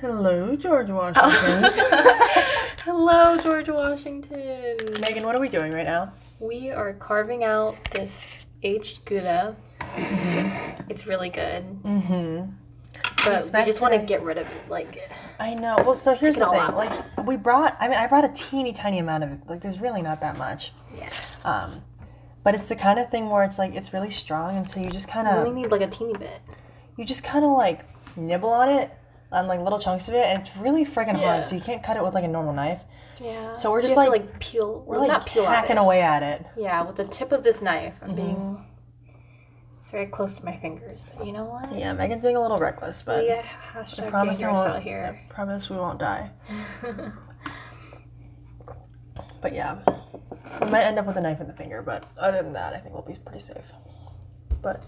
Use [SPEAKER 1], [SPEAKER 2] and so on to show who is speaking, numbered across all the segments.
[SPEAKER 1] Hello, George Washington.
[SPEAKER 2] Oh. Hello, George Washington.
[SPEAKER 1] Megan, what are we doing right now?
[SPEAKER 2] We are carving out this aged gouda. It's really good,
[SPEAKER 1] Mm-hmm.
[SPEAKER 2] but we
[SPEAKER 1] smashed
[SPEAKER 2] just want to
[SPEAKER 1] today.
[SPEAKER 2] get rid of it. Like,
[SPEAKER 1] I know. Well, so here's
[SPEAKER 2] Take it
[SPEAKER 1] the
[SPEAKER 2] all
[SPEAKER 1] thing.
[SPEAKER 2] out.
[SPEAKER 1] Like, we brought. I mean, I brought a teeny tiny amount of it. Like, there's really not that much.
[SPEAKER 2] yeah,
[SPEAKER 1] Um, but it's the kind of thing where it's like it's really strong, and so you just kind
[SPEAKER 2] we
[SPEAKER 1] of
[SPEAKER 2] only need like a teeny bit.
[SPEAKER 1] you just kind of like nibble on it on like little chunks of it, and it's really freaking
[SPEAKER 2] Yeah.
[SPEAKER 1] hard. So you can't cut it with like a normal knife.
[SPEAKER 2] Yeah.
[SPEAKER 1] So we're
[SPEAKER 2] you
[SPEAKER 1] just,
[SPEAKER 2] have to,
[SPEAKER 1] like-
[SPEAKER 2] like peel.
[SPEAKER 1] We're
[SPEAKER 2] well,
[SPEAKER 1] like
[SPEAKER 2] not peel at
[SPEAKER 1] hacking Mm-hmm.
[SPEAKER 2] it.
[SPEAKER 1] away at it.
[SPEAKER 2] Yeah, with the tip of this knife, I'm being. It's very close to my fingers, but you know what?
[SPEAKER 1] Yeah, Megan's being a little reckless, but
[SPEAKER 2] We got
[SPEAKER 1] I
[SPEAKER 2] hashtag
[SPEAKER 1] promise I
[SPEAKER 2] dangerous
[SPEAKER 1] won't.
[SPEAKER 2] out here.
[SPEAKER 1] I promise we won't die. But yeah, we might end up with a knife in the finger, but other than that, I think we'll be pretty safe. But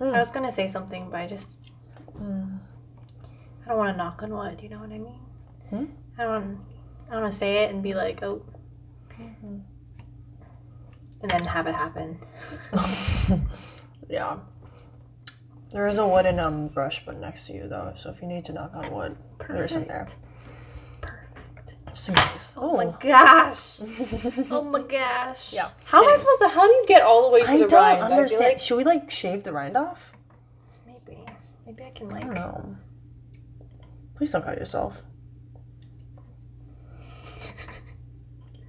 [SPEAKER 2] I was gonna say something, but I just I don't want to knock on wood. You know what I mean?
[SPEAKER 1] Hmm?
[SPEAKER 2] I don't. wanna- I don't want to say it and be like, oh, and then have it happen.
[SPEAKER 1] yeah, there is a wooden um brush but next to you though, so if you need to knock on wood, there isn't there.
[SPEAKER 2] Perfect.
[SPEAKER 1] Just in case.
[SPEAKER 2] Oh my gosh. oh my gosh.
[SPEAKER 1] Yeah.
[SPEAKER 2] How am I supposed to? How do you get all the way to
[SPEAKER 1] I
[SPEAKER 2] the
[SPEAKER 1] don't
[SPEAKER 2] rind? I feel
[SPEAKER 1] understand.
[SPEAKER 2] like
[SPEAKER 1] Should we like shave the rind off?
[SPEAKER 2] maybe, maybe I can
[SPEAKER 1] I
[SPEAKER 2] like.
[SPEAKER 1] don't know. Oh. Please don't cut yourself.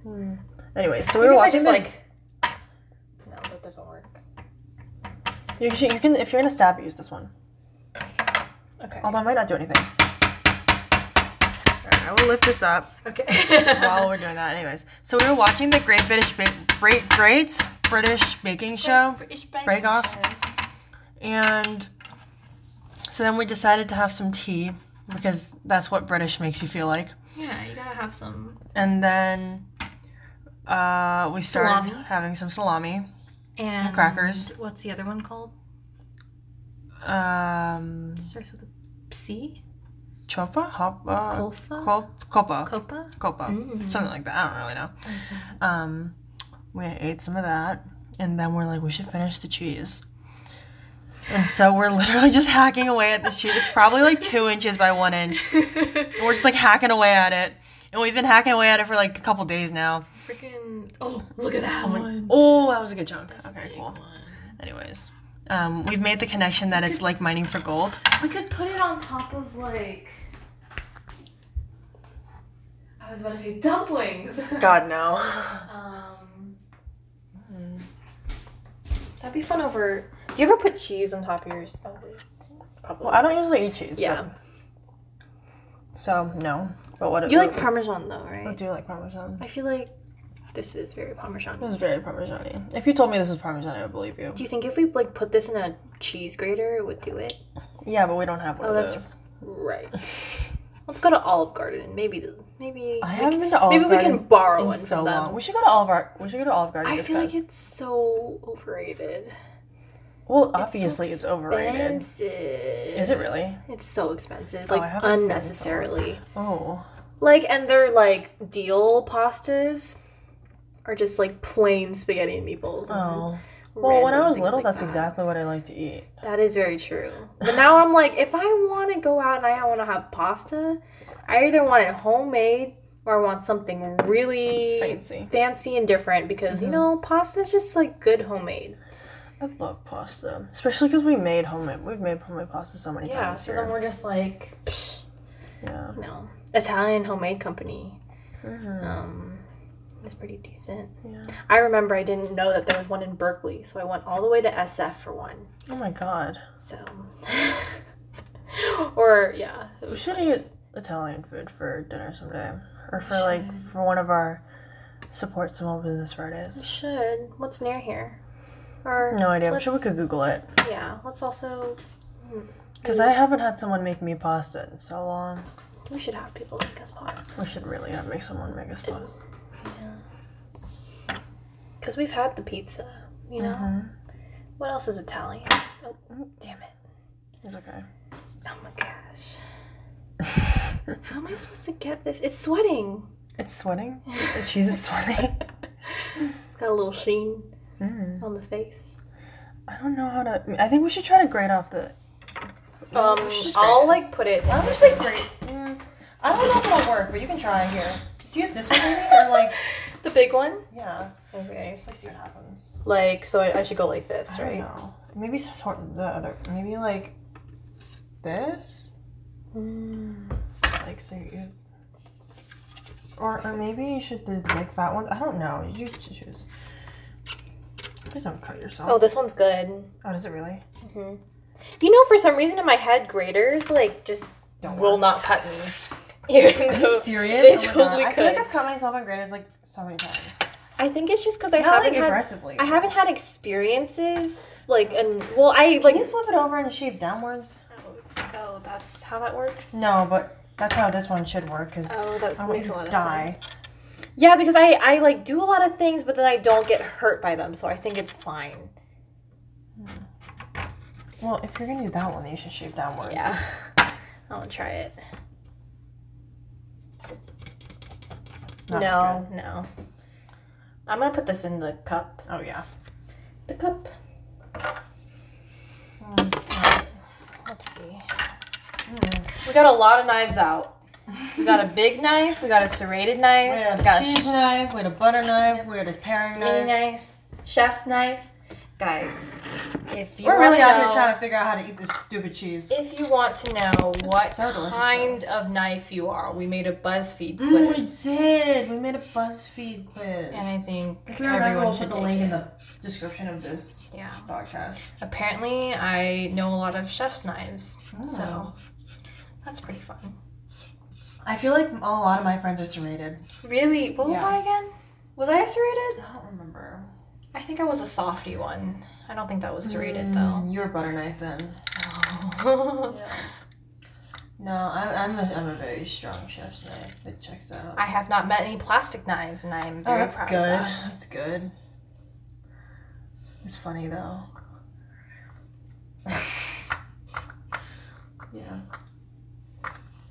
[SPEAKER 1] Hmm. Anyway, so we
[SPEAKER 2] Maybe
[SPEAKER 1] were
[SPEAKER 2] if I just
[SPEAKER 1] watching the-
[SPEAKER 2] like. No, that doesn't work.
[SPEAKER 1] You can, you can if you're gonna stab it, use this one.
[SPEAKER 2] Okay.
[SPEAKER 1] Although I might not do anything. Alright, I will lift this up
[SPEAKER 2] Okay.
[SPEAKER 1] while we're doing that. Anyways, so we were watching the Great British Bake Great Great British Baking Show, Break Off. and so then we decided to have some tea because that's what British makes you feel like.
[SPEAKER 2] Yeah, you gotta have some
[SPEAKER 1] And then uh, we started
[SPEAKER 2] Salami.
[SPEAKER 1] having some salami.
[SPEAKER 2] and
[SPEAKER 1] crackers.
[SPEAKER 2] What's the other one called?
[SPEAKER 1] Um,
[SPEAKER 2] Starts with a C.
[SPEAKER 1] chopa, hoppa,
[SPEAKER 2] Colfa.
[SPEAKER 1] cop, copa.
[SPEAKER 2] Copa.
[SPEAKER 1] copa, something like that. I don't really know. Um, we ate some of that, and then we're like, we should finish the cheese. And so we're literally just hacking away at this cheese. It's probably like two inches by one inch.
[SPEAKER 2] Freaking.
[SPEAKER 1] And we're just like hacking away at it, and we've been hacking away at it for like a couple days now.
[SPEAKER 2] Oh, look at that one.
[SPEAKER 1] Oh, that was a good chunk. okay,
[SPEAKER 2] Big
[SPEAKER 1] cool.
[SPEAKER 2] one.
[SPEAKER 1] Anyways, um, we've made the connection that it's like mining for gold.
[SPEAKER 2] We could put it on top of like. I was about to say dumplings.
[SPEAKER 1] God no.
[SPEAKER 2] um. That'd be fun over. Do you ever put cheese on top of yours? Oh, wait. Probably.
[SPEAKER 1] Well, I don't usually eat cheese.
[SPEAKER 2] yeah.
[SPEAKER 1] but- so no. But what?
[SPEAKER 2] You like parmesan though, right?
[SPEAKER 1] I do like parmesan.
[SPEAKER 2] I feel like this is very parmesan.
[SPEAKER 1] This is very parmesan If you told me this was parmesan, I would believe you.
[SPEAKER 2] Do you think if we like put this in a cheese grater, it would do it?
[SPEAKER 1] Yeah, but we don't have one
[SPEAKER 2] Oh,
[SPEAKER 1] of
[SPEAKER 2] that's-
[SPEAKER 1] those.
[SPEAKER 2] Right. Let's go to Olive Garden. Maybe the- maybe
[SPEAKER 1] I haven't been to Olive
[SPEAKER 2] maybe we
[SPEAKER 1] Garden
[SPEAKER 2] can borrow
[SPEAKER 1] in
[SPEAKER 2] one
[SPEAKER 1] so
[SPEAKER 2] from them.
[SPEAKER 1] long. We should go to Olive. Gar- We should go to Olive Garden.
[SPEAKER 2] I
[SPEAKER 1] just
[SPEAKER 2] feel
[SPEAKER 1] 'cause-
[SPEAKER 2] like it's so overrated.
[SPEAKER 1] well,
[SPEAKER 2] so
[SPEAKER 1] obviously it's overrated.
[SPEAKER 2] Expensive.
[SPEAKER 1] Is it really?
[SPEAKER 2] It's so expensive,
[SPEAKER 1] Oh, I
[SPEAKER 2] like
[SPEAKER 1] haven't been in so
[SPEAKER 2] unnecessarily.
[SPEAKER 1] Oh,
[SPEAKER 2] Like, and their like deal pastas are just like plain spaghetti and meatballs. and
[SPEAKER 1] oh. Well, when I
[SPEAKER 2] random
[SPEAKER 1] was
[SPEAKER 2] things
[SPEAKER 1] little,
[SPEAKER 2] like
[SPEAKER 1] that's
[SPEAKER 2] that.
[SPEAKER 1] exactly what I like to eat.
[SPEAKER 2] That is very true. But now I'm like, if I want to go out and I want to have pasta, I either want it homemade or I want something really
[SPEAKER 1] Fancy. Mm-hmm.
[SPEAKER 2] fancy and different because you know pasta is just like good homemade.
[SPEAKER 1] I love pasta, especially because we made homemade. We've made homemade pasta so many
[SPEAKER 2] Yeah.
[SPEAKER 1] times
[SPEAKER 2] So then
[SPEAKER 1] here.
[SPEAKER 2] we're just like, psh,
[SPEAKER 1] Yeah.
[SPEAKER 2] no, Italian homemade company.
[SPEAKER 1] Mhm.
[SPEAKER 2] Um, it's pretty decent.
[SPEAKER 1] Yeah.
[SPEAKER 2] I remember I didn't know that there was one in Berkeley, so I went all the way to SF for one.
[SPEAKER 1] Oh my god.
[SPEAKER 2] So, or yeah, it
[SPEAKER 1] We
[SPEAKER 2] was
[SPEAKER 1] should eat Italian food for dinner someday, or for like for one of our support small business Fridays.
[SPEAKER 2] Should. What's near here? Or
[SPEAKER 1] No idea. I'm
[SPEAKER 2] let's-
[SPEAKER 1] sure we could Google it.
[SPEAKER 2] Yeah. Let's also.
[SPEAKER 1] Because I haven't had someone make me pasta in so long.
[SPEAKER 2] We should have people make us pasta.
[SPEAKER 1] We should really have make someone make us pasta.
[SPEAKER 2] Cause we've had the pizza. You know. What else is Italian? Oh, damn it!
[SPEAKER 1] It's okay.
[SPEAKER 2] Oh my gosh. How am I supposed to get this? It's sweating.
[SPEAKER 1] It's sweating. The cheese is sweating.
[SPEAKER 2] It's got a little sheen
[SPEAKER 1] Mm.
[SPEAKER 2] on the face.
[SPEAKER 1] I don't know how to. I think we should try to grate off the.
[SPEAKER 2] Um,
[SPEAKER 1] we should just grate
[SPEAKER 2] I'll
[SPEAKER 1] it.
[SPEAKER 2] like put it. I'll just like grate.
[SPEAKER 1] Yeah, Mm, I don't know if it'll work, but you can try here. Just use this one maybe, or like,
[SPEAKER 2] The big one?
[SPEAKER 1] yeah.
[SPEAKER 2] Okay.
[SPEAKER 1] Just like see what happens.
[SPEAKER 2] Like, so I, I should go like this,
[SPEAKER 1] I don't
[SPEAKER 2] right?
[SPEAKER 1] know. Maybe sort the other. Maybe like this.
[SPEAKER 2] Mm.
[SPEAKER 1] Like so you. Or, or maybe you should do big fat ones. I don't know. You should choose. Please don't cut yourself.
[SPEAKER 2] Oh, this one's good.
[SPEAKER 1] Oh, does it really?
[SPEAKER 2] You know, for some reason in my head, graders like just
[SPEAKER 1] Don't
[SPEAKER 2] will
[SPEAKER 1] work.
[SPEAKER 2] not cut me. Even
[SPEAKER 1] Are
[SPEAKER 2] though
[SPEAKER 1] you serious?
[SPEAKER 2] They
[SPEAKER 1] Oh my God.
[SPEAKER 2] totally
[SPEAKER 1] I
[SPEAKER 2] could.
[SPEAKER 1] feel like I've cut myself on graders like so many times.
[SPEAKER 2] I think it's just because I
[SPEAKER 1] Not
[SPEAKER 2] haven't
[SPEAKER 1] like
[SPEAKER 2] had
[SPEAKER 1] aggressively.
[SPEAKER 2] I haven't had experiences like and well I
[SPEAKER 1] Can
[SPEAKER 2] like
[SPEAKER 1] you flip it over and shave downwards?
[SPEAKER 2] oh that's how that works.
[SPEAKER 1] No, but that's how this one should work because
[SPEAKER 2] Oh, that
[SPEAKER 1] I want
[SPEAKER 2] makes
[SPEAKER 1] you
[SPEAKER 2] a
[SPEAKER 1] to
[SPEAKER 2] lot of
[SPEAKER 1] die.
[SPEAKER 2] sense. Yeah, because I I like do a lot of things, but then I don't get hurt by them, so I think it's fine.
[SPEAKER 1] Well, if you're gonna do that one, then you should shave downwards.
[SPEAKER 2] Yeah, I'll try it.
[SPEAKER 1] Not as
[SPEAKER 2] no, no. I'm gonna put this in the cup.
[SPEAKER 1] good. Oh yeah.
[SPEAKER 2] The cup. Hmm. Let's see. We got a lot of knives out. We got a big knife. We got a serrated knife.
[SPEAKER 1] We had
[SPEAKER 2] we
[SPEAKER 1] a
[SPEAKER 2] got a
[SPEAKER 1] cheese knife, we had a butter knife, we had a paring
[SPEAKER 2] mini
[SPEAKER 1] knife.
[SPEAKER 2] knife, chef's knife. Guys, if you
[SPEAKER 1] We're
[SPEAKER 2] want
[SPEAKER 1] really
[SPEAKER 2] to
[SPEAKER 1] out here
[SPEAKER 2] know-
[SPEAKER 1] trying to figure out how to eat this stupid cheese.
[SPEAKER 2] If you want to know what
[SPEAKER 1] so delicious,
[SPEAKER 2] kind of knife you are, we made a BuzzFeed
[SPEAKER 1] Mm,
[SPEAKER 2] quiz,
[SPEAKER 1] we did. We made a BuzzFeed quiz.
[SPEAKER 2] and I think
[SPEAKER 1] If you remember,
[SPEAKER 2] everyone
[SPEAKER 1] we'll
[SPEAKER 2] should
[SPEAKER 1] put the
[SPEAKER 2] take
[SPEAKER 1] link in
[SPEAKER 2] it.
[SPEAKER 1] the description of this
[SPEAKER 2] Yeah.
[SPEAKER 1] podcast.
[SPEAKER 2] Apparently, I know a lot of chef's knives,
[SPEAKER 1] Oh.
[SPEAKER 2] so that's pretty fun.
[SPEAKER 1] I feel like a lot of my friends are serrated.
[SPEAKER 2] Really, what was
[SPEAKER 1] Yeah.
[SPEAKER 2] I again? Was I a serrated?
[SPEAKER 1] I don't remember.
[SPEAKER 2] I think I was a softy one. I don't think that was serrated
[SPEAKER 1] Mm, you were butter knife then.
[SPEAKER 2] though.
[SPEAKER 1] No, I, I'm a, I'm a very strong chef's knife. It checks out.
[SPEAKER 2] I have not met any plastic knives, and I am
[SPEAKER 1] Oh,
[SPEAKER 2] very
[SPEAKER 1] that's
[SPEAKER 2] proud
[SPEAKER 1] good.
[SPEAKER 2] of that.
[SPEAKER 1] That's good. It's funny though. yeah.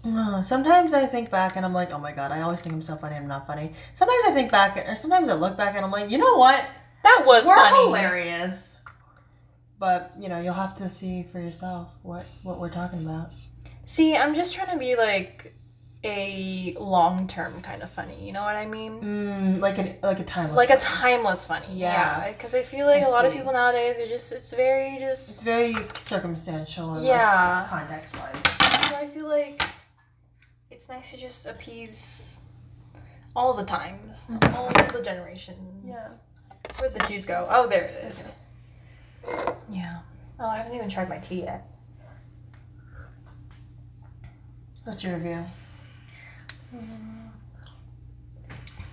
[SPEAKER 1] Uh, Sometimes I think back and I'm like, oh my god, I always think I'm so funny. I'm not funny. Sometimes I think back, or sometimes I look back and I'm like, you know what?
[SPEAKER 2] That was
[SPEAKER 1] We're
[SPEAKER 2] funny.
[SPEAKER 1] hilarious. But you know, you'll have to see for yourself what what we're talking about.
[SPEAKER 2] See, I'm just trying to be like a long term kind of funny. You know what I mean?
[SPEAKER 1] Mm, like an like a timeless.
[SPEAKER 2] Like a timeless funny.
[SPEAKER 1] Yeah.
[SPEAKER 2] Yeah. Because I feel like
[SPEAKER 1] I
[SPEAKER 2] a lot of
[SPEAKER 1] see.
[SPEAKER 2] people nowadays are just it's very just
[SPEAKER 1] it's very circumstantial. And yeah.
[SPEAKER 2] yeah.
[SPEAKER 1] context wise.
[SPEAKER 2] So I feel like it's nice to just appease all the times, all the generations.
[SPEAKER 1] Yeah.
[SPEAKER 2] Where'd the cheese go? Oh, there it is. Yeah. Oh, I haven't even tried my tea yet.
[SPEAKER 1] What's your review?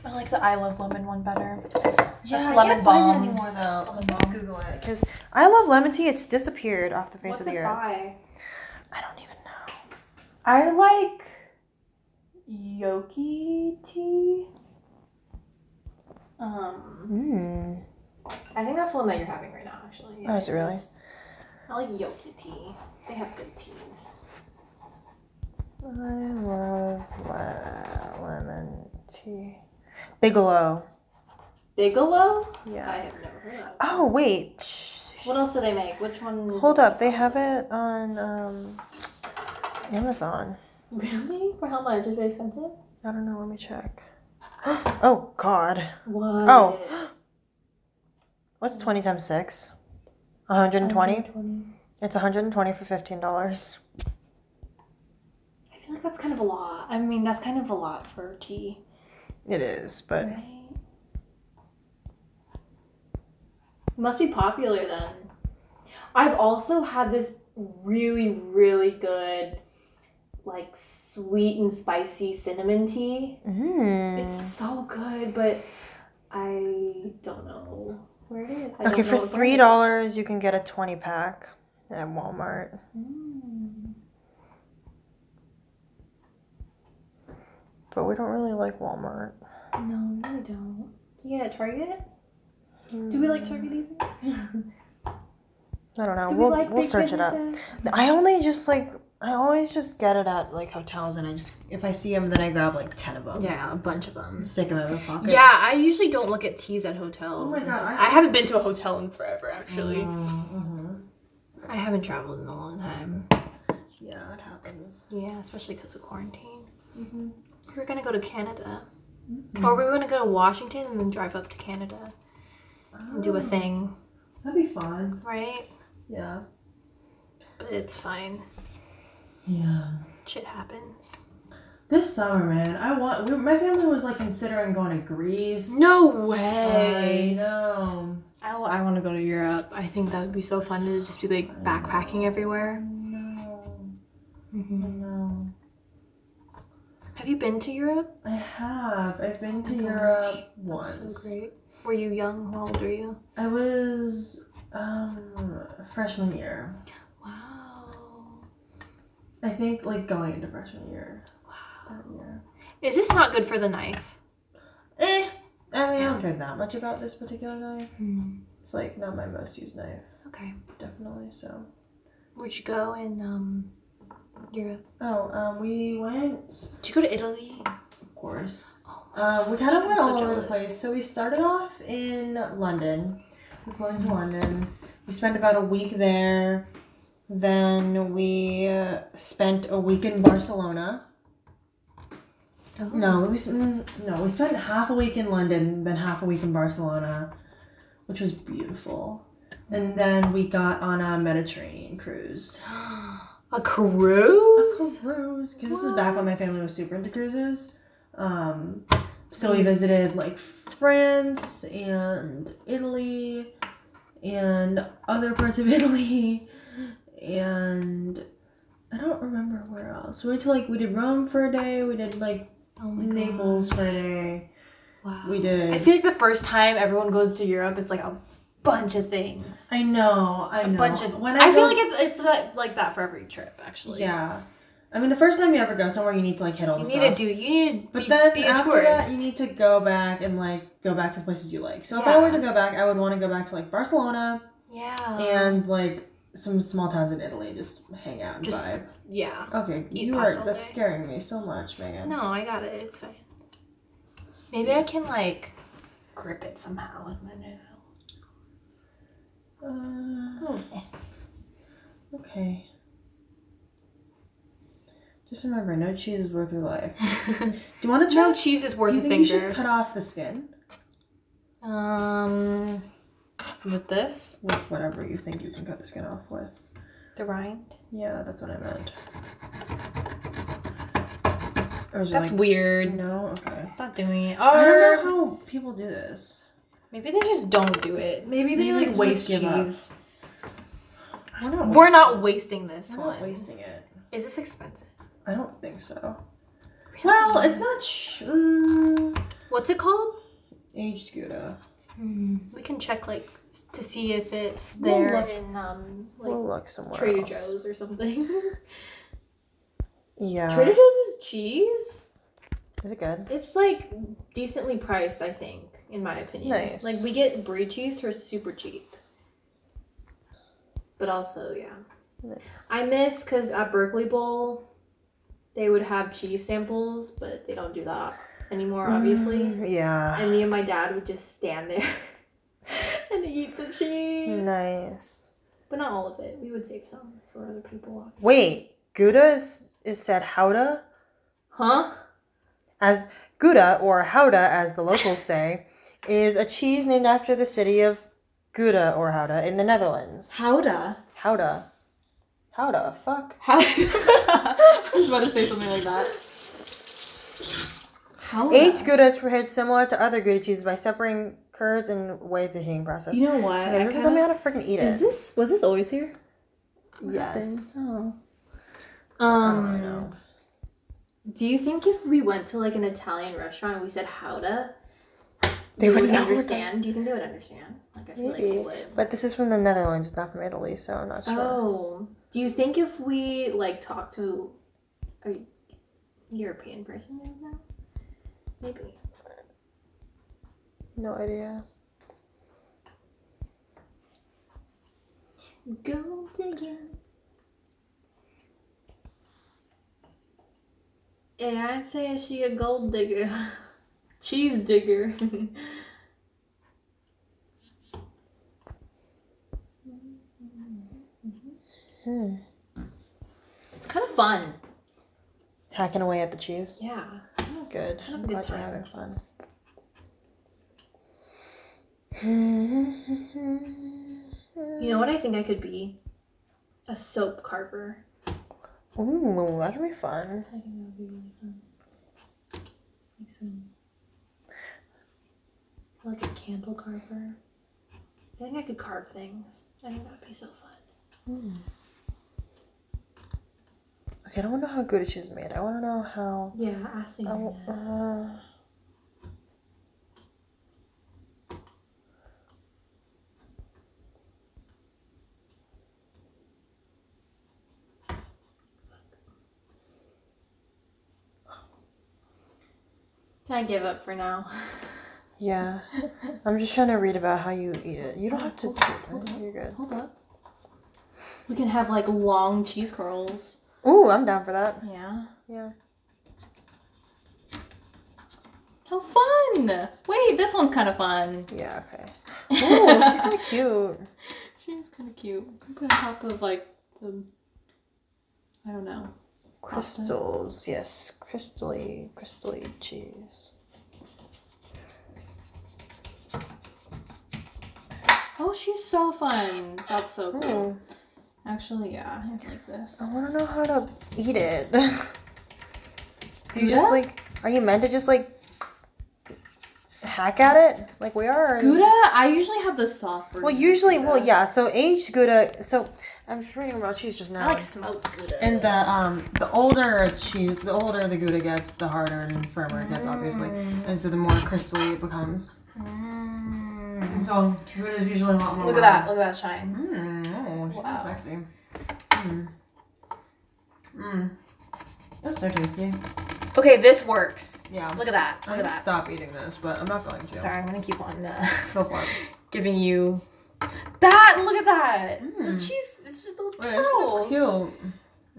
[SPEAKER 2] I like the I love lemon one better.
[SPEAKER 1] Yeah,
[SPEAKER 2] That's
[SPEAKER 1] I
[SPEAKER 2] lemon
[SPEAKER 1] can't find
[SPEAKER 2] balm.
[SPEAKER 1] it anymore though.
[SPEAKER 2] Lemon balm.
[SPEAKER 1] Google it because I love lemon tea. It's disappeared off the face of the earth.
[SPEAKER 2] buy?
[SPEAKER 1] I don't even know.
[SPEAKER 2] I like Yoki tea. Um,
[SPEAKER 1] Mm.
[SPEAKER 2] I think that's the one that you're having right now, actually.
[SPEAKER 1] Oh, is it really?
[SPEAKER 2] I like Yoki tea. They have good teas.
[SPEAKER 1] I love le- lemon tea. Bigelow.
[SPEAKER 2] Bigelow? I
[SPEAKER 1] Yeah.
[SPEAKER 2] have never heard of. that.
[SPEAKER 1] Oh wait. Shh.
[SPEAKER 2] What else do they make? Which one? Is
[SPEAKER 1] Hold up. They have it on um, Amazon.
[SPEAKER 2] Really? For how much? Is it expensive?
[SPEAKER 1] I don't know. Let me check. Oh God.
[SPEAKER 2] What?
[SPEAKER 1] Oh. What's twenty times six? One hundred and twenty. It's one hundred and twenty for fifteen dollars.
[SPEAKER 2] I feel like that's kind of a lot. I mean, that's kind of a lot for tea,
[SPEAKER 1] It is, but
[SPEAKER 2] right? Must be popular then. I've also had this really, really good, like sweet and spicy cinnamon tea.
[SPEAKER 1] Mm.
[SPEAKER 2] It's so good, but I don't know where it is. I
[SPEAKER 1] okay
[SPEAKER 2] don't
[SPEAKER 1] for
[SPEAKER 2] know what
[SPEAKER 1] three
[SPEAKER 2] brand it is.
[SPEAKER 1] dollars you can get a twenty pack at Walmart.
[SPEAKER 2] Mm,
[SPEAKER 1] But we don't really like Walmart.
[SPEAKER 2] No, I really don't. Yeah, Target. Do we like Target either?
[SPEAKER 1] I don't know.
[SPEAKER 2] Do we
[SPEAKER 1] we'll
[SPEAKER 2] like
[SPEAKER 1] we'll
[SPEAKER 2] big
[SPEAKER 1] search
[SPEAKER 2] businesses?
[SPEAKER 1] it up. I only just like I always just get it at like hotels, and I just if I see them, then I grab like ten of them.
[SPEAKER 2] Yeah, a bunch of them.
[SPEAKER 1] Stick them in my pocket.
[SPEAKER 2] Yeah, I usually don't look at teas at hotels.
[SPEAKER 1] Oh my
[SPEAKER 2] and
[SPEAKER 1] God,
[SPEAKER 2] stuff.
[SPEAKER 1] I- Mm.
[SPEAKER 2] I, haven't been to a hotel in forever, actually.
[SPEAKER 1] Mm-hmm.
[SPEAKER 2] I haven't traveled in a long time.
[SPEAKER 1] Yeah, it happens.
[SPEAKER 2] Yeah, especially because of quarantine. We were gonna go to Canada, or we were gonna go to Washington and then drive up to Canada and do a thing,
[SPEAKER 1] That'd be fun.
[SPEAKER 2] right?
[SPEAKER 1] Yeah.
[SPEAKER 2] But it's fine.
[SPEAKER 1] Yeah.
[SPEAKER 2] Shit happens.
[SPEAKER 1] This summer, man, I want. We, my family was like considering going to Greece.
[SPEAKER 2] No
[SPEAKER 1] I
[SPEAKER 2] way.
[SPEAKER 1] know.
[SPEAKER 2] I, I want to go to Europe. I think that would be so fun to just be like backpacking everywhere.
[SPEAKER 1] Oh, No.
[SPEAKER 2] Mm-hmm.
[SPEAKER 1] No.
[SPEAKER 2] Have you been to Europe?
[SPEAKER 1] I have. I've been to
[SPEAKER 2] Oh my
[SPEAKER 1] Europe
[SPEAKER 2] gosh,
[SPEAKER 1] once.
[SPEAKER 2] That's so great. Were you young? How old were you?
[SPEAKER 1] I was um freshman year.
[SPEAKER 2] Wow.
[SPEAKER 1] I think like going into freshman year. That year.
[SPEAKER 2] Is this not good for the knife?
[SPEAKER 1] Eh. I mean, I don't care that much about this particular knife.
[SPEAKER 2] Hmm.
[SPEAKER 1] It's like not my most used knife,
[SPEAKER 2] Okay.
[SPEAKER 1] definitely. So.
[SPEAKER 2] Where'd you go in um, Europe?
[SPEAKER 1] Oh, um, we went
[SPEAKER 2] Did you go to Italy?
[SPEAKER 1] Of course.
[SPEAKER 2] Oh
[SPEAKER 1] Um, we kind of
[SPEAKER 2] I'm
[SPEAKER 1] went
[SPEAKER 2] so
[SPEAKER 1] all over the
[SPEAKER 2] jealous.
[SPEAKER 1] place. So we started off in London. We flew into London. We spent about a week there. Then we uh, spent a week in Barcelona.
[SPEAKER 2] Oh.
[SPEAKER 1] No, we s- mm, no, we spent half a week in London, then half a week in Barcelona, which was beautiful.
[SPEAKER 2] Mm.
[SPEAKER 1] And then we got on a Mediterranean cruise.
[SPEAKER 2] A cruise?
[SPEAKER 1] cruise because this is back when my family was super into cruises. Um, so we
[SPEAKER 2] Nice.
[SPEAKER 1] visited like France and Italy and other parts of Italy and I don't remember where else. We went to like we did Rome for a day. We did like
[SPEAKER 2] Oh my god.
[SPEAKER 1] Naples for a day.
[SPEAKER 2] Wow.
[SPEAKER 1] We did.
[SPEAKER 2] I feel like the first time everyone goes to Europe, it's like a bunch of things.
[SPEAKER 1] I know. I
[SPEAKER 2] A
[SPEAKER 1] know.
[SPEAKER 2] bunch of.
[SPEAKER 1] when
[SPEAKER 2] I, feel
[SPEAKER 1] go-
[SPEAKER 2] like it, it's about like that for every trip, actually.
[SPEAKER 1] yeah. I mean, the first time you ever go somewhere, you need to like hit all
[SPEAKER 2] You
[SPEAKER 1] the
[SPEAKER 2] need
[SPEAKER 1] stuff.
[SPEAKER 2] to do. You need to
[SPEAKER 1] But
[SPEAKER 2] be,
[SPEAKER 1] then
[SPEAKER 2] be a
[SPEAKER 1] after
[SPEAKER 2] tourist.
[SPEAKER 1] that, you need to go back and like go back to the places you like. So if I were
[SPEAKER 2] Yeah. Um,
[SPEAKER 1] to go back, I would want to go back to like Barcelona
[SPEAKER 2] yeah.
[SPEAKER 1] and like some small towns in Italy, just hang out and
[SPEAKER 2] Just-
[SPEAKER 1] vibe.
[SPEAKER 2] yeah.
[SPEAKER 1] Okay,
[SPEAKER 2] eat
[SPEAKER 1] you are
[SPEAKER 2] pasta all
[SPEAKER 1] that's
[SPEAKER 2] day.
[SPEAKER 1] scaring me so much, Megan.
[SPEAKER 2] No, I got it. It's fine. Maybe I can like grip it somehow in my nail.
[SPEAKER 1] Uh, okay. Just remember, no cheese is worth your life. Do you want to try?
[SPEAKER 2] no cheese is worth
[SPEAKER 1] Do
[SPEAKER 2] a
[SPEAKER 1] you think you should
[SPEAKER 2] finger.
[SPEAKER 1] cut off the skin
[SPEAKER 2] Um, with this,
[SPEAKER 1] with whatever you think you can cut the skin off with?
[SPEAKER 2] the rind.
[SPEAKER 1] Yeah, that's what I meant. Or is it
[SPEAKER 2] That's
[SPEAKER 1] like-
[SPEAKER 2] weird.
[SPEAKER 1] No, okay.
[SPEAKER 2] It's not doing it.
[SPEAKER 1] I don't
[SPEAKER 2] Or
[SPEAKER 1] know how people do this.
[SPEAKER 2] maybe they just don't do it. Maybe they
[SPEAKER 1] Maybe they
[SPEAKER 2] like
[SPEAKER 1] just
[SPEAKER 2] waste
[SPEAKER 1] give up.
[SPEAKER 2] cheese.
[SPEAKER 1] We're not.
[SPEAKER 2] We're not wasting this
[SPEAKER 1] We're
[SPEAKER 2] one.
[SPEAKER 1] not wasting it.
[SPEAKER 2] Is this expensive?
[SPEAKER 1] I don't think so. Well, it's not sh- mm,
[SPEAKER 2] What's it called?
[SPEAKER 1] aged gouda.
[SPEAKER 2] We can check like to see if it's
[SPEAKER 1] We'll
[SPEAKER 2] there
[SPEAKER 1] look-
[SPEAKER 2] in um like
[SPEAKER 1] We'll look somewhere
[SPEAKER 2] Trader
[SPEAKER 1] else.
[SPEAKER 2] Joe's or something.
[SPEAKER 1] Yeah.
[SPEAKER 2] Trader Joe's is cheese.
[SPEAKER 1] Is it good?
[SPEAKER 2] It's like decently priced, I think, in my opinion.
[SPEAKER 1] Nice.
[SPEAKER 2] Like we get brie cheese for super cheap. But also, yeah.
[SPEAKER 1] Nice.
[SPEAKER 2] I miss because at Berkeley Bowl, they would have cheese samples, but they don't do that anymore, obviously.
[SPEAKER 1] Mm, yeah.
[SPEAKER 2] And me and my dad would just stand there and eat the cheese.
[SPEAKER 1] Nice.
[SPEAKER 2] But not all of it. We would save some for other people.
[SPEAKER 1] Wait, gouda is, is said howda
[SPEAKER 2] Huh?
[SPEAKER 1] as gouda or howda as the locals say is a cheese named after the city of Gouda or Houda in the Netherlands.
[SPEAKER 2] Howda.
[SPEAKER 1] Howda. Howda, fuck.
[SPEAKER 2] How- I was about to say something like that. How
[SPEAKER 1] Aged Gouda is prepared similar to other Gouda cheeses by separating curds and way the heating process.
[SPEAKER 2] You know what?
[SPEAKER 1] Okay,
[SPEAKER 2] I
[SPEAKER 1] just
[SPEAKER 2] kinda-
[SPEAKER 1] tell me how to freaking eat
[SPEAKER 2] Is
[SPEAKER 1] it.
[SPEAKER 2] this was this always here?
[SPEAKER 1] Yes. I
[SPEAKER 2] Um,
[SPEAKER 1] know.
[SPEAKER 2] do you think if we went to like an Italian restaurant and we said howda,
[SPEAKER 1] They
[SPEAKER 2] they
[SPEAKER 1] would
[SPEAKER 2] would,
[SPEAKER 1] know what
[SPEAKER 2] understand? Do you think they would understand? Like I feel
[SPEAKER 1] Maybe.
[SPEAKER 2] like they would.
[SPEAKER 1] But this is from the Netherlands, it's not from Italy, so I'm not sure.
[SPEAKER 2] Oh, do you think if we like talk to a European person right now, maybe?
[SPEAKER 1] No idea.
[SPEAKER 2] Go digging. And I say she a gold digger. Cheese digger.
[SPEAKER 1] Hmm.
[SPEAKER 2] it's kind of fun.
[SPEAKER 3] hacking away at the cheese.
[SPEAKER 2] Yeah.
[SPEAKER 3] Oh, good.
[SPEAKER 2] Have a
[SPEAKER 3] I'm
[SPEAKER 2] good
[SPEAKER 3] glad you're
[SPEAKER 2] time.
[SPEAKER 3] having fun.
[SPEAKER 2] You know what I think I could be? A soap carver.
[SPEAKER 3] Ooh, that'd be fun.
[SPEAKER 2] I think that would be really fun. Like some. Like a candle carver. I think I could carve things. I think that'd be so fun.
[SPEAKER 3] Okay, I don't know how Gouda is made. I want to know how.
[SPEAKER 2] Yeah, ask the
[SPEAKER 3] I
[SPEAKER 1] Oh.
[SPEAKER 3] w-
[SPEAKER 2] internet.
[SPEAKER 3] uh,
[SPEAKER 2] Can I give up for now?
[SPEAKER 3] yeah, I'm just trying to read about how you eat it. You don't have to.
[SPEAKER 2] Hold
[SPEAKER 3] Do
[SPEAKER 2] on, hold
[SPEAKER 3] it.
[SPEAKER 2] on.
[SPEAKER 3] You're good.
[SPEAKER 2] Hold up. We can have like long cheese curls.
[SPEAKER 3] Ooh, I'm down for that.
[SPEAKER 2] Yeah.
[SPEAKER 3] Yeah.
[SPEAKER 2] How fun! Wait, this one's kind of fun.
[SPEAKER 3] Yeah. Okay. Ooh, she's kind of cute.
[SPEAKER 2] She's kind of cute. Put on top of like the. I don't know.
[SPEAKER 3] Crystals, yes, crystally, crystally cheese.
[SPEAKER 2] Oh, she's so fun. That's so cool.
[SPEAKER 3] Ooh,
[SPEAKER 2] Actually, yeah, I like this.
[SPEAKER 3] Hmm. I want to know how to eat it. Do you
[SPEAKER 2] Gouda?
[SPEAKER 3] just like? Are you meant to just like hack at it like we are? and-
[SPEAKER 2] Gouda, I usually have the soft version.
[SPEAKER 3] Well,
[SPEAKER 2] of
[SPEAKER 3] usually, well,
[SPEAKER 2] Gouda.
[SPEAKER 3] yeah. So aged Gouda. So I'm just reading about cheese just now.
[SPEAKER 2] I like smoked Gouda.
[SPEAKER 1] And the um the older cheese, the older the Gouda gets, the harder and firmer it gets, obviously, and so the more crystally it becomes. So Gouda is usually a lot more.
[SPEAKER 2] Look at that shine.
[SPEAKER 1] Mmm. Oh, she's
[SPEAKER 2] Wow.
[SPEAKER 1] wow. sexy. Mmm. Mmm. That's so tasty.
[SPEAKER 2] Okay, this works.
[SPEAKER 1] Yeah.
[SPEAKER 2] Look at that.
[SPEAKER 1] I'm
[SPEAKER 2] Look at
[SPEAKER 1] gonna
[SPEAKER 2] that.
[SPEAKER 1] stop eating this, but I'm not going to.
[SPEAKER 2] Sorry, I'm gonna keep on uh,
[SPEAKER 1] Go for it.
[SPEAKER 2] giving you that. Look at that. The
[SPEAKER 1] Mm.
[SPEAKER 2] cheese. It's just little
[SPEAKER 1] Wait,
[SPEAKER 2] curls.
[SPEAKER 1] it's so cute.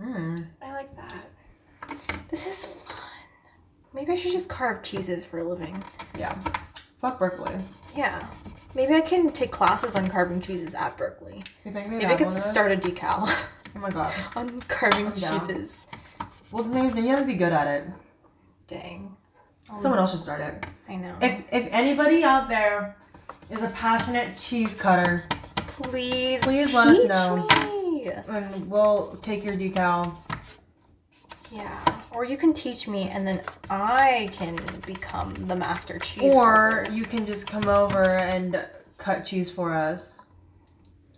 [SPEAKER 1] Mmm.
[SPEAKER 2] I like that. This is fun. Maybe I should just carve cheeses for a living.
[SPEAKER 1] Yeah. Fuck Berkeley.
[SPEAKER 2] Yeah. Maybe I can take classes on carving cheeses at Berkeley.
[SPEAKER 1] You think they
[SPEAKER 2] Maybe
[SPEAKER 1] have
[SPEAKER 2] I could
[SPEAKER 1] one of those?
[SPEAKER 2] start a decal
[SPEAKER 1] Oh my god.
[SPEAKER 2] on carving
[SPEAKER 1] I'm down.
[SPEAKER 2] cheeses.
[SPEAKER 1] Well, the thing is, then you have to be good at it.
[SPEAKER 2] Dang. Oh.
[SPEAKER 1] Someone else should start it.
[SPEAKER 2] I know.
[SPEAKER 1] If if anybody out there is a passionate cheese cutter,
[SPEAKER 2] please,
[SPEAKER 1] Please let us
[SPEAKER 2] teach
[SPEAKER 1] know.
[SPEAKER 2] me.
[SPEAKER 1] and we'll take your decal.
[SPEAKER 2] Yeah. Or you can teach me, and then I can become the master cheese.
[SPEAKER 1] Or
[SPEAKER 2] carver.
[SPEAKER 1] you can just come over and cut cheese for us.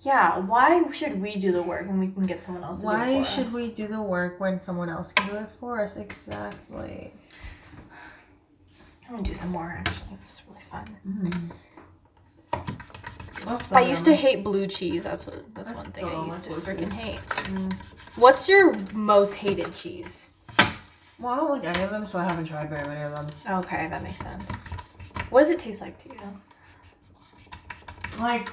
[SPEAKER 2] yeah. Why should we do the work and we can get someone else? To do it
[SPEAKER 1] Why
[SPEAKER 2] for
[SPEAKER 1] should
[SPEAKER 2] us?
[SPEAKER 1] we do the work when someone else can do it for us? Exactly.
[SPEAKER 2] I'm gonna do some more. Actually, it's really fun.
[SPEAKER 1] Well,
[SPEAKER 2] Mm-hmm. I used to hate blue cheese. That's what. That's one thing I
[SPEAKER 1] don't
[SPEAKER 2] used to
[SPEAKER 1] um, like blue
[SPEAKER 2] freaking hate. What's your most hated cheese?
[SPEAKER 1] Well, I don't like any of them, so I haven't tried very many of them.
[SPEAKER 2] Okay, that makes sense. What does it taste like to you?
[SPEAKER 1] Like.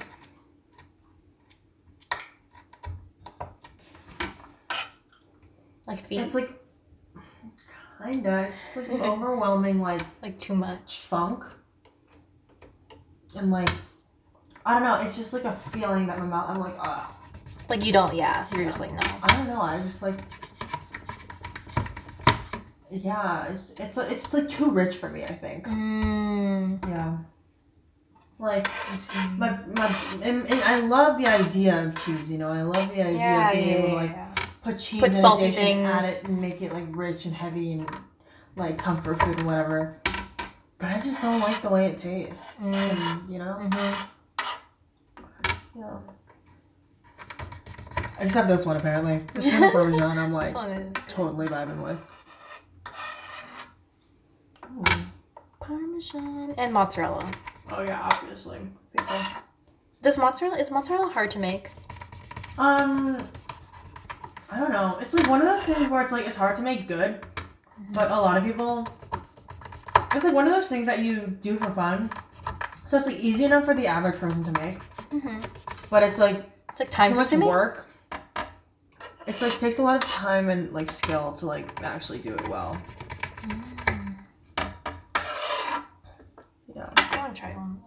[SPEAKER 2] Like feet?
[SPEAKER 1] It's
[SPEAKER 2] like,
[SPEAKER 1] like kinda. It's just like an overwhelming like
[SPEAKER 2] too much.
[SPEAKER 1] funk. And like I don't know, it's just like a feeling that my mouth I'm like, ah,
[SPEAKER 2] Like you don't. Yeah, you're just like no.
[SPEAKER 1] I don't know, I just like Yeah, it's it's it's like too rich for me, I think.
[SPEAKER 2] Mmm.
[SPEAKER 1] Yeah. Like my my and, and I love the idea of cheese, you know. I love the idea
[SPEAKER 2] Yeah,
[SPEAKER 1] of being able to
[SPEAKER 2] yeah,
[SPEAKER 1] like
[SPEAKER 2] yeah.
[SPEAKER 1] put cheese
[SPEAKER 2] Put
[SPEAKER 1] in a
[SPEAKER 2] salty
[SPEAKER 1] dish and add
[SPEAKER 2] things.
[SPEAKER 1] it and make it like rich and heavy and like comfort food and whatever. But I just don't like the way it tastes.
[SPEAKER 2] Mm.
[SPEAKER 1] And, you know?
[SPEAKER 2] Mhm.
[SPEAKER 1] Yeah. Except this one apparently. This one with Parmesan I'm
[SPEAKER 2] This
[SPEAKER 1] like
[SPEAKER 2] one is
[SPEAKER 1] totally vibing with.
[SPEAKER 2] Parmesan and mozzarella.
[SPEAKER 1] Oh yeah, obviously.
[SPEAKER 2] Does mozzarella is mozzarella hard to make?
[SPEAKER 1] Um I don't know. It's like one of those things where it's like it's hard to make good, but a lot of people it's like one of those things that you do for fun. So it's like easy enough for the average person to make.
[SPEAKER 2] Mm-hmm.
[SPEAKER 1] But it's like
[SPEAKER 2] It's like time
[SPEAKER 1] too much
[SPEAKER 2] to make.
[SPEAKER 1] work. It's like takes a lot of time and like skill to like actually do it well. Yeah,
[SPEAKER 2] I want to try one.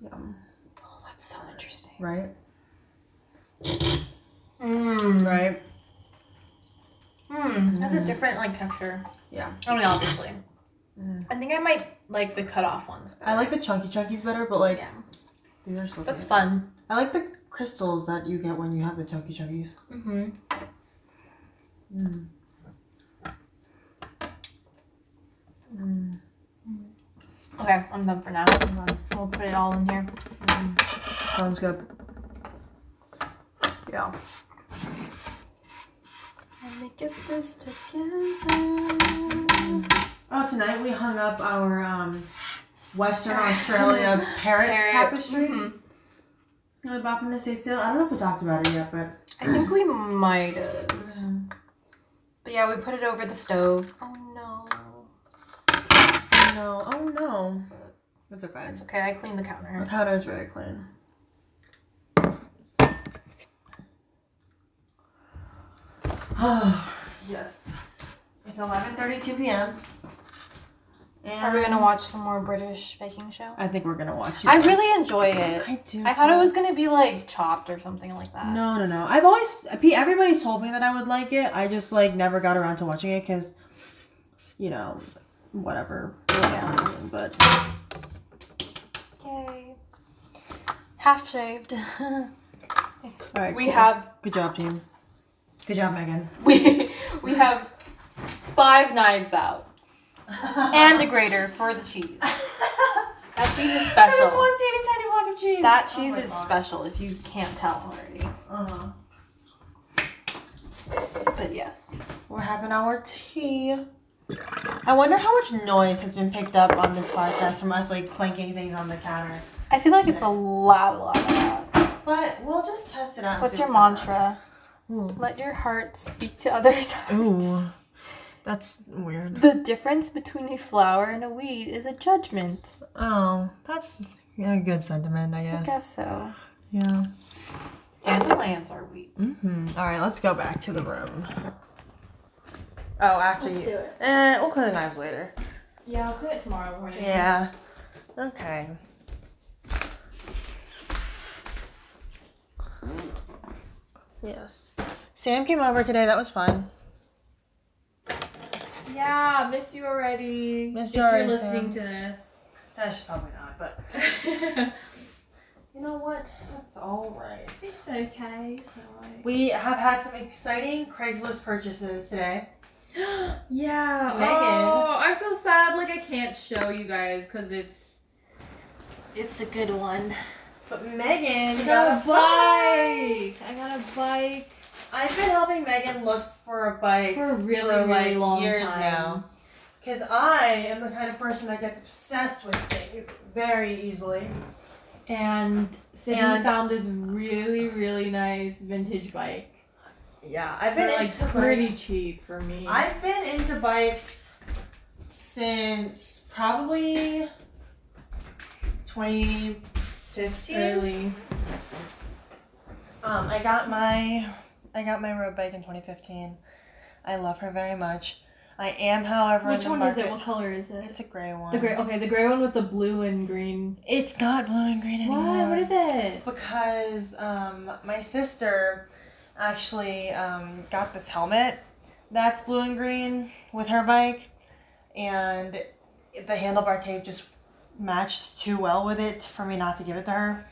[SPEAKER 1] yeah,
[SPEAKER 2] Oh, that's so interesting.
[SPEAKER 1] right,
[SPEAKER 2] Mmm.
[SPEAKER 1] right.
[SPEAKER 2] Hmm, that's a different like texture.
[SPEAKER 1] Yeah.
[SPEAKER 2] I mean, obviously.
[SPEAKER 1] Mm.
[SPEAKER 2] I think I might like the cut off ones.
[SPEAKER 1] I like the chunky chunkies better, but like
[SPEAKER 2] Yeah,
[SPEAKER 1] these are so.
[SPEAKER 2] that's
[SPEAKER 1] nice.
[SPEAKER 2] fun.
[SPEAKER 1] I like the crystals that you get when you have the chunky chunkies.
[SPEAKER 2] Mm-hmm.
[SPEAKER 1] Mm. Mm.
[SPEAKER 2] Okay, I'm done for now. We'll put it all in here.
[SPEAKER 1] Sounds good. Yeah.
[SPEAKER 2] Let me get this together.
[SPEAKER 1] Oh, tonight we hung up our um, Western Australia parrots
[SPEAKER 2] Parrot.
[SPEAKER 1] tapestry.
[SPEAKER 2] Mhm.
[SPEAKER 1] that we bought from the estate sale. I don't know if we talked about it yet, but
[SPEAKER 2] I think we might have. But yeah, we put it over the stove. Oh no.
[SPEAKER 1] no. Oh no. That's okay.
[SPEAKER 2] It's okay, I cleaned the
[SPEAKER 1] The
[SPEAKER 2] counter.
[SPEAKER 1] counter is very clean. yes. It's 11:32 p.m. And
[SPEAKER 2] Are we gonna watch some more British baking show?
[SPEAKER 1] I think we're gonna watch.
[SPEAKER 2] I really enjoy it.
[SPEAKER 1] I do.
[SPEAKER 2] I thought it
[SPEAKER 1] too.
[SPEAKER 2] was gonna be like chopped or something like that.
[SPEAKER 1] No, no, no. I've always P- everybody's told me that I would like it. I just like never got around to watching it because, you know, whatever.
[SPEAKER 2] Yeah.
[SPEAKER 1] But
[SPEAKER 2] Yay. Half shaved.
[SPEAKER 1] all right.
[SPEAKER 2] we
[SPEAKER 1] cool.
[SPEAKER 2] have
[SPEAKER 1] Good job, team. Good job, Megan.
[SPEAKER 2] we we have five knives out and a grater for the cheese. That cheese is
[SPEAKER 1] That is
[SPEAKER 2] special.
[SPEAKER 1] one teeny tiny block of cheese. Oh
[SPEAKER 2] That cheese is special if you can't tell already.
[SPEAKER 1] Uh huh.
[SPEAKER 2] But yes.
[SPEAKER 1] We're having our tea. I wonder how much noise has been picked up on this podcast from us like clanking things on the counter.
[SPEAKER 2] I feel like it's a lot, a lot, a lot.
[SPEAKER 1] But we'll just test it out. and
[SPEAKER 2] What's
[SPEAKER 1] see
[SPEAKER 2] your
[SPEAKER 1] what's going
[SPEAKER 2] mantra?
[SPEAKER 1] Ooh.
[SPEAKER 4] Hmm.
[SPEAKER 2] Let your heart speak to others.
[SPEAKER 1] on. Ooh, that's weird.
[SPEAKER 2] The difference between a flower and a weed is a judgment.
[SPEAKER 1] Oh, that's a good sentiment, I guess.
[SPEAKER 2] I guess so.
[SPEAKER 1] Yeah.
[SPEAKER 2] Dandelions are weeds.
[SPEAKER 4] Hmm?
[SPEAKER 1] Mm-hmm. All right, let's go back to the room. Oh, after you.
[SPEAKER 2] it.
[SPEAKER 1] Eh, we'll clean the knives later.
[SPEAKER 2] Yeah, I'll clean it tomorrow morning.
[SPEAKER 1] Yeah. Okay. Yes. Sam came over today. That was fun.
[SPEAKER 2] Yeah, miss you already.
[SPEAKER 1] Miss you already,
[SPEAKER 2] to this.
[SPEAKER 1] That's probably not, but
[SPEAKER 2] it's
[SPEAKER 1] you know what? That's all right.
[SPEAKER 2] okay. It's alright.
[SPEAKER 1] We have had some exciting Craigslist purchases today.
[SPEAKER 4] Yeah.
[SPEAKER 2] Megan.
[SPEAKER 4] Oh, I'm so sad. Like I can't show you guys because it's
[SPEAKER 2] It's a good one.
[SPEAKER 4] but Megan
[SPEAKER 1] got a
[SPEAKER 4] bike. I got a bike
[SPEAKER 1] I've been helping Megan look for a bike
[SPEAKER 4] for a really,
[SPEAKER 1] for
[SPEAKER 4] really
[SPEAKER 1] like
[SPEAKER 4] long
[SPEAKER 1] years
[SPEAKER 4] time.
[SPEAKER 1] now. Because I am the kind of person that gets obsessed with things very easily.
[SPEAKER 4] And Sydney
[SPEAKER 1] And-
[SPEAKER 4] found this really, really nice vintage bike
[SPEAKER 1] Yeah, I've
[SPEAKER 4] for
[SPEAKER 1] been
[SPEAKER 4] like
[SPEAKER 1] into
[SPEAKER 4] pretty
[SPEAKER 1] bikes.
[SPEAKER 4] cheap for me.
[SPEAKER 1] I've been into bikes since probably 2015.
[SPEAKER 4] Early.
[SPEAKER 1] Um, I got my I got my road bike in 2015. I love her very much. I am, however, in
[SPEAKER 4] Which
[SPEAKER 1] the
[SPEAKER 4] one is it?
[SPEAKER 1] market-
[SPEAKER 4] What color is it?
[SPEAKER 1] It's a gray one.
[SPEAKER 4] The gray. Okay, the gray one with the blue and green.
[SPEAKER 1] It's not blue and green anymore.
[SPEAKER 4] What? What is it?
[SPEAKER 1] because um, my sister actually um, got this helmet that's blue and green with her bike, and the handlebar tape just matched too well with it for me not to give it to her.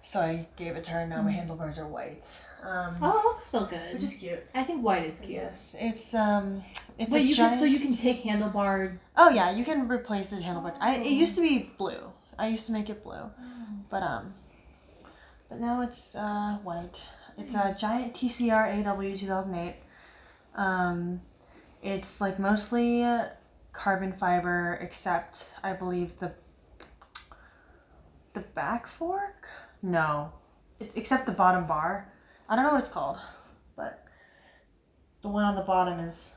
[SPEAKER 1] So I gave it to her, and now my handlebars are white. Um,
[SPEAKER 4] Hmm. Oh, that's still good.
[SPEAKER 1] Which is cute.
[SPEAKER 4] I think white is cute.
[SPEAKER 1] Yes, it's um, it's
[SPEAKER 4] Wait,
[SPEAKER 1] a
[SPEAKER 4] you
[SPEAKER 1] giant.
[SPEAKER 4] can, so you can take handlebar.
[SPEAKER 1] oh yeah, you can replace the handlebar. I it
[SPEAKER 4] Oh.
[SPEAKER 1] used to be blue. I used to make it blue. But um, but now it's uh, white. It's a giant TCR AW 2008. Um, it's like mostly uh, carbon fiber, except I believe the the back fork. No, it, except the bottom bar. I don't know what it's called, but the one on the bottom is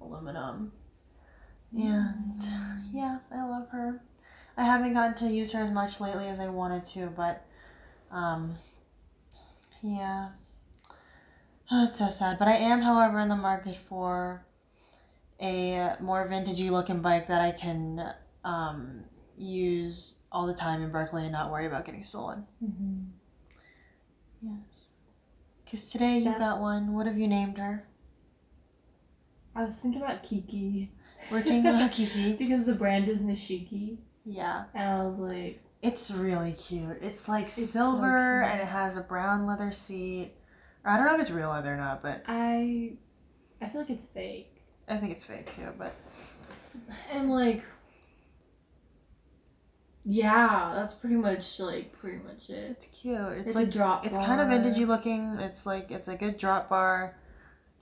[SPEAKER 1] aluminum. And yeah, I love her. I haven't gotten to use her as much lately as I wanted to, but um, yeah. Oh, it's so sad. But I am, however, in the market for a more vintagey looking bike that I can um, use all the time in Berkeley and not worry about getting stolen. Yes. Because today you
[SPEAKER 4] That-
[SPEAKER 1] got one. What have you named her?
[SPEAKER 4] I was thinking about Kiki
[SPEAKER 1] We're thinking about Kiki.
[SPEAKER 4] because the brand is Nishiki,
[SPEAKER 1] Yeah,
[SPEAKER 4] and I was like,
[SPEAKER 1] it's really cute. It's like
[SPEAKER 4] It's so
[SPEAKER 1] silver
[SPEAKER 4] cute.
[SPEAKER 1] and it has a brown leather seat. I don't know if it's real leather or not, but
[SPEAKER 4] I, I feel like it's fake,
[SPEAKER 1] I think it's fake too. But
[SPEAKER 4] and like, yeah, that's pretty much like pretty much it.
[SPEAKER 1] it's cute. It's,
[SPEAKER 4] It's,
[SPEAKER 1] like
[SPEAKER 4] a drop.
[SPEAKER 1] it's kind of
[SPEAKER 4] bar.
[SPEAKER 1] vintagey looking. It's like it's a good drop bar,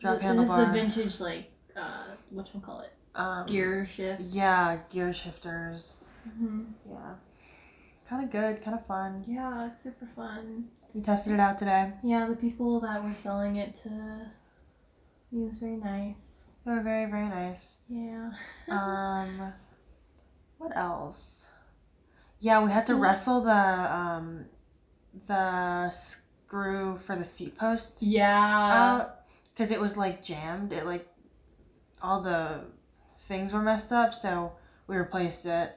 [SPEAKER 1] drop
[SPEAKER 4] And
[SPEAKER 1] handle
[SPEAKER 4] It's
[SPEAKER 1] bar.
[SPEAKER 4] the vintage like uh, what call it
[SPEAKER 1] um,
[SPEAKER 4] gear shifts.
[SPEAKER 1] Yeah, gear shifters.
[SPEAKER 4] hmm
[SPEAKER 1] Yeah, kind of good, kind of fun.
[SPEAKER 4] Yeah, it's super fun.
[SPEAKER 1] We tested it out today.
[SPEAKER 4] Yeah, the people that were selling it to me was very nice.
[SPEAKER 1] They were very very nice.
[SPEAKER 4] Yeah.
[SPEAKER 1] Um, what else? Yeah, we had to
[SPEAKER 4] Still-
[SPEAKER 1] wrestle the um, the screw for the seat post
[SPEAKER 4] yeah.
[SPEAKER 1] out because it was like jammed. It like all the things were messed up, so we replaced it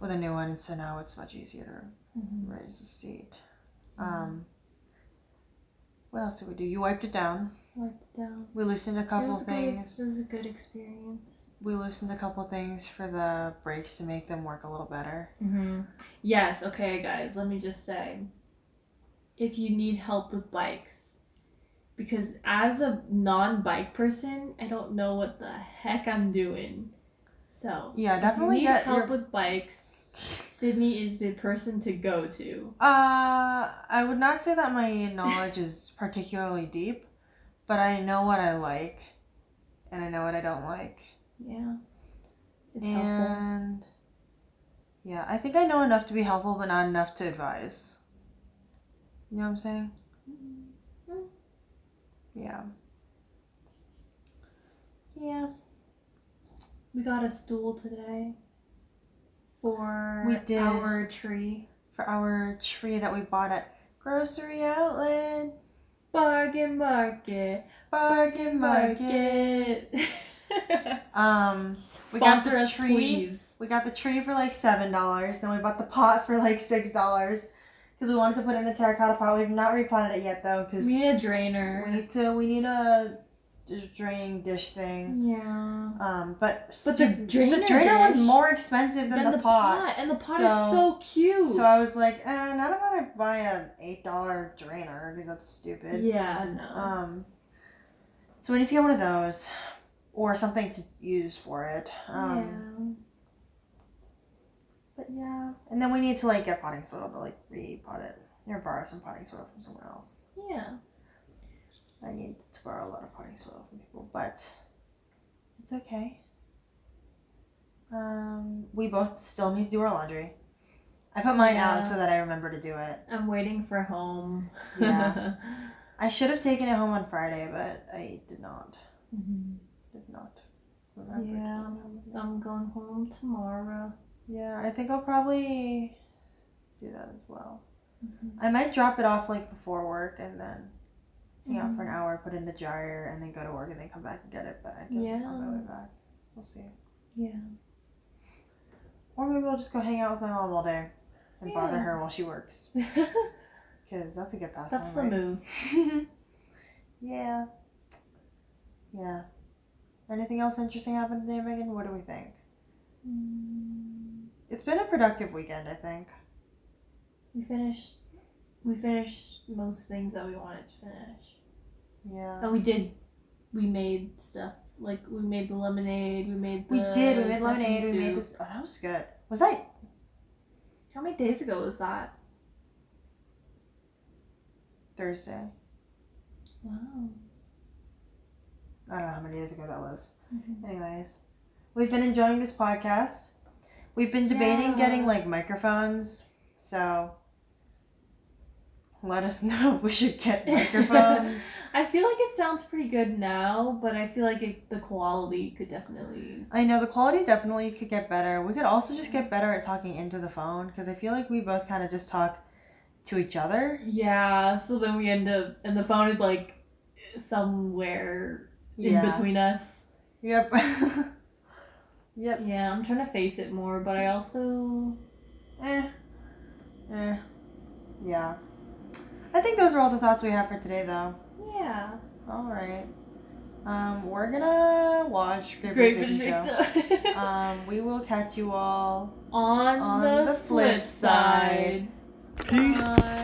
[SPEAKER 1] with a new one. So now it's much easier to
[SPEAKER 4] Mhm.
[SPEAKER 1] raise the seat. Um, what else did we do? You wiped it down.
[SPEAKER 4] Wiped it down.
[SPEAKER 1] We loosened a
[SPEAKER 4] it
[SPEAKER 1] couple
[SPEAKER 4] was a good.
[SPEAKER 1] things.
[SPEAKER 4] It was a good experience.
[SPEAKER 1] We loosened a couple things for the brakes to make them work a little better.
[SPEAKER 4] Mm-hmm. Yes, okay, guys, let me just say if you need help with bikes, because as a non bike person, I don't know what the heck I'm doing. So,
[SPEAKER 1] Yeah,
[SPEAKER 4] if you
[SPEAKER 1] definitely
[SPEAKER 4] need
[SPEAKER 1] get
[SPEAKER 4] help
[SPEAKER 1] your-
[SPEAKER 4] with bikes, Sydney is the person to go to.
[SPEAKER 1] Uh, I would not say that my knowledge is particularly deep, but I know what I like, and I know what I don't like,
[SPEAKER 4] Yeah. It's helpful.
[SPEAKER 1] and yeah, I think I know enough to be helpful, but not enough to advise. You know what I'm saying?
[SPEAKER 4] Mm.
[SPEAKER 1] Yeah. Yeah.
[SPEAKER 4] We got a stool today for
[SPEAKER 1] We did.
[SPEAKER 4] our tree.
[SPEAKER 1] For our tree that we bought at grocery outlet.
[SPEAKER 4] Bargain market.
[SPEAKER 1] Bargain market.
[SPEAKER 4] Market.
[SPEAKER 1] Um, We got the
[SPEAKER 4] Sponsor us,
[SPEAKER 1] tree.
[SPEAKER 4] please.
[SPEAKER 1] we got the tree for like seven dollars. Then we bought the pot for like six dollars because we wanted to put in a terracotta pot. We've not repotted it yet though because
[SPEAKER 4] We
[SPEAKER 1] we
[SPEAKER 4] need a drainer.
[SPEAKER 1] need to. We need a d- draining dish thing.
[SPEAKER 4] Yeah.
[SPEAKER 1] Um, but
[SPEAKER 4] Mm. But the drainer,
[SPEAKER 1] the drainer was
[SPEAKER 4] dish
[SPEAKER 1] more expensive than,
[SPEAKER 4] than
[SPEAKER 1] the, pot.
[SPEAKER 4] And the pot
[SPEAKER 1] So-
[SPEAKER 4] is so cute.
[SPEAKER 1] So I was like, eh, not if I buy an eight dollar drainer because that's stupid.
[SPEAKER 4] yeah, no.
[SPEAKER 1] Um, so we need to get one of those or something to use for it. Um, But yeah. And then we need to like get potting soil to like re-pot it or borrow some potting soil from somewhere else.
[SPEAKER 4] yeah. Yeah.
[SPEAKER 1] I need to borrow a lot of potting soil from people, but it's okay. Um, we both still need to do our laundry. I put mine out
[SPEAKER 4] Yeah.
[SPEAKER 1] so that I remember to do it.
[SPEAKER 4] I'm waiting for home.
[SPEAKER 1] Yeah. I should have taken it home on Friday, but I did not.
[SPEAKER 4] Mhm.
[SPEAKER 1] Did not. remember to
[SPEAKER 4] Yeah.
[SPEAKER 1] take it home.
[SPEAKER 4] I'm going home tomorrow.
[SPEAKER 1] Yeah, I think I'll probably do that as well. I might drop it off like before work and then hang out for
[SPEAKER 4] Mm-hmm.
[SPEAKER 1] an hour, put it in the dryer, and then go to work and then come back and get it. But I think on my way
[SPEAKER 4] Yeah.
[SPEAKER 1] back, we'll see.
[SPEAKER 4] Yeah.
[SPEAKER 1] Or maybe I'll just go hang out with my mom all day and bother
[SPEAKER 4] Yeah.
[SPEAKER 1] her while she works because that's a good pastime.
[SPEAKER 4] That's the move.
[SPEAKER 1] move. yeah. Yeah. Anything else interesting happened today, Megan? What do we think?
[SPEAKER 4] Mm,
[SPEAKER 1] It's been a productive weekend, I think.
[SPEAKER 4] We finished. We finished most things that we wanted to finish.
[SPEAKER 1] Yeah.
[SPEAKER 4] And we did. We made stuff like we made the lemonade. We made the.
[SPEAKER 1] we did. We made
[SPEAKER 4] sesame
[SPEAKER 1] lemonade. We made
[SPEAKER 4] soup.
[SPEAKER 1] this. Oh, that was good. Was that
[SPEAKER 4] How many days ago was that?
[SPEAKER 1] Thursday?
[SPEAKER 4] Wow.
[SPEAKER 1] I don't know how many days ago that was. Anyways, we've been enjoying this podcast. We've been debating
[SPEAKER 4] Yeah.
[SPEAKER 1] getting like microphones, so let us know if we should get microphones.
[SPEAKER 4] I feel like it sounds pretty good now, but I feel like it, the quality could definitely.
[SPEAKER 1] I know the quality definitely could get better. We could also just get better at talking into the phone because I feel like we both kind of just talk to each other.
[SPEAKER 4] Yeah. So then we end up, and the phone is like somewhere in between us.
[SPEAKER 1] Yep. yep.
[SPEAKER 4] Yeah, I'm trying to face it more, but I also.
[SPEAKER 1] Eh. Eh. Yeah. I think those are all the thoughts we have for today, though.
[SPEAKER 4] Yeah.
[SPEAKER 1] All right. Um, we're gonna watch Great,
[SPEAKER 4] Great
[SPEAKER 1] British
[SPEAKER 4] British
[SPEAKER 1] Bake
[SPEAKER 4] Bake
[SPEAKER 1] Show.
[SPEAKER 4] Show.
[SPEAKER 1] um, we will catch you all
[SPEAKER 4] on,
[SPEAKER 1] on
[SPEAKER 4] the,
[SPEAKER 1] the
[SPEAKER 4] flip,
[SPEAKER 1] flip side.
[SPEAKER 4] side.
[SPEAKER 5] Peace.
[SPEAKER 1] Bye.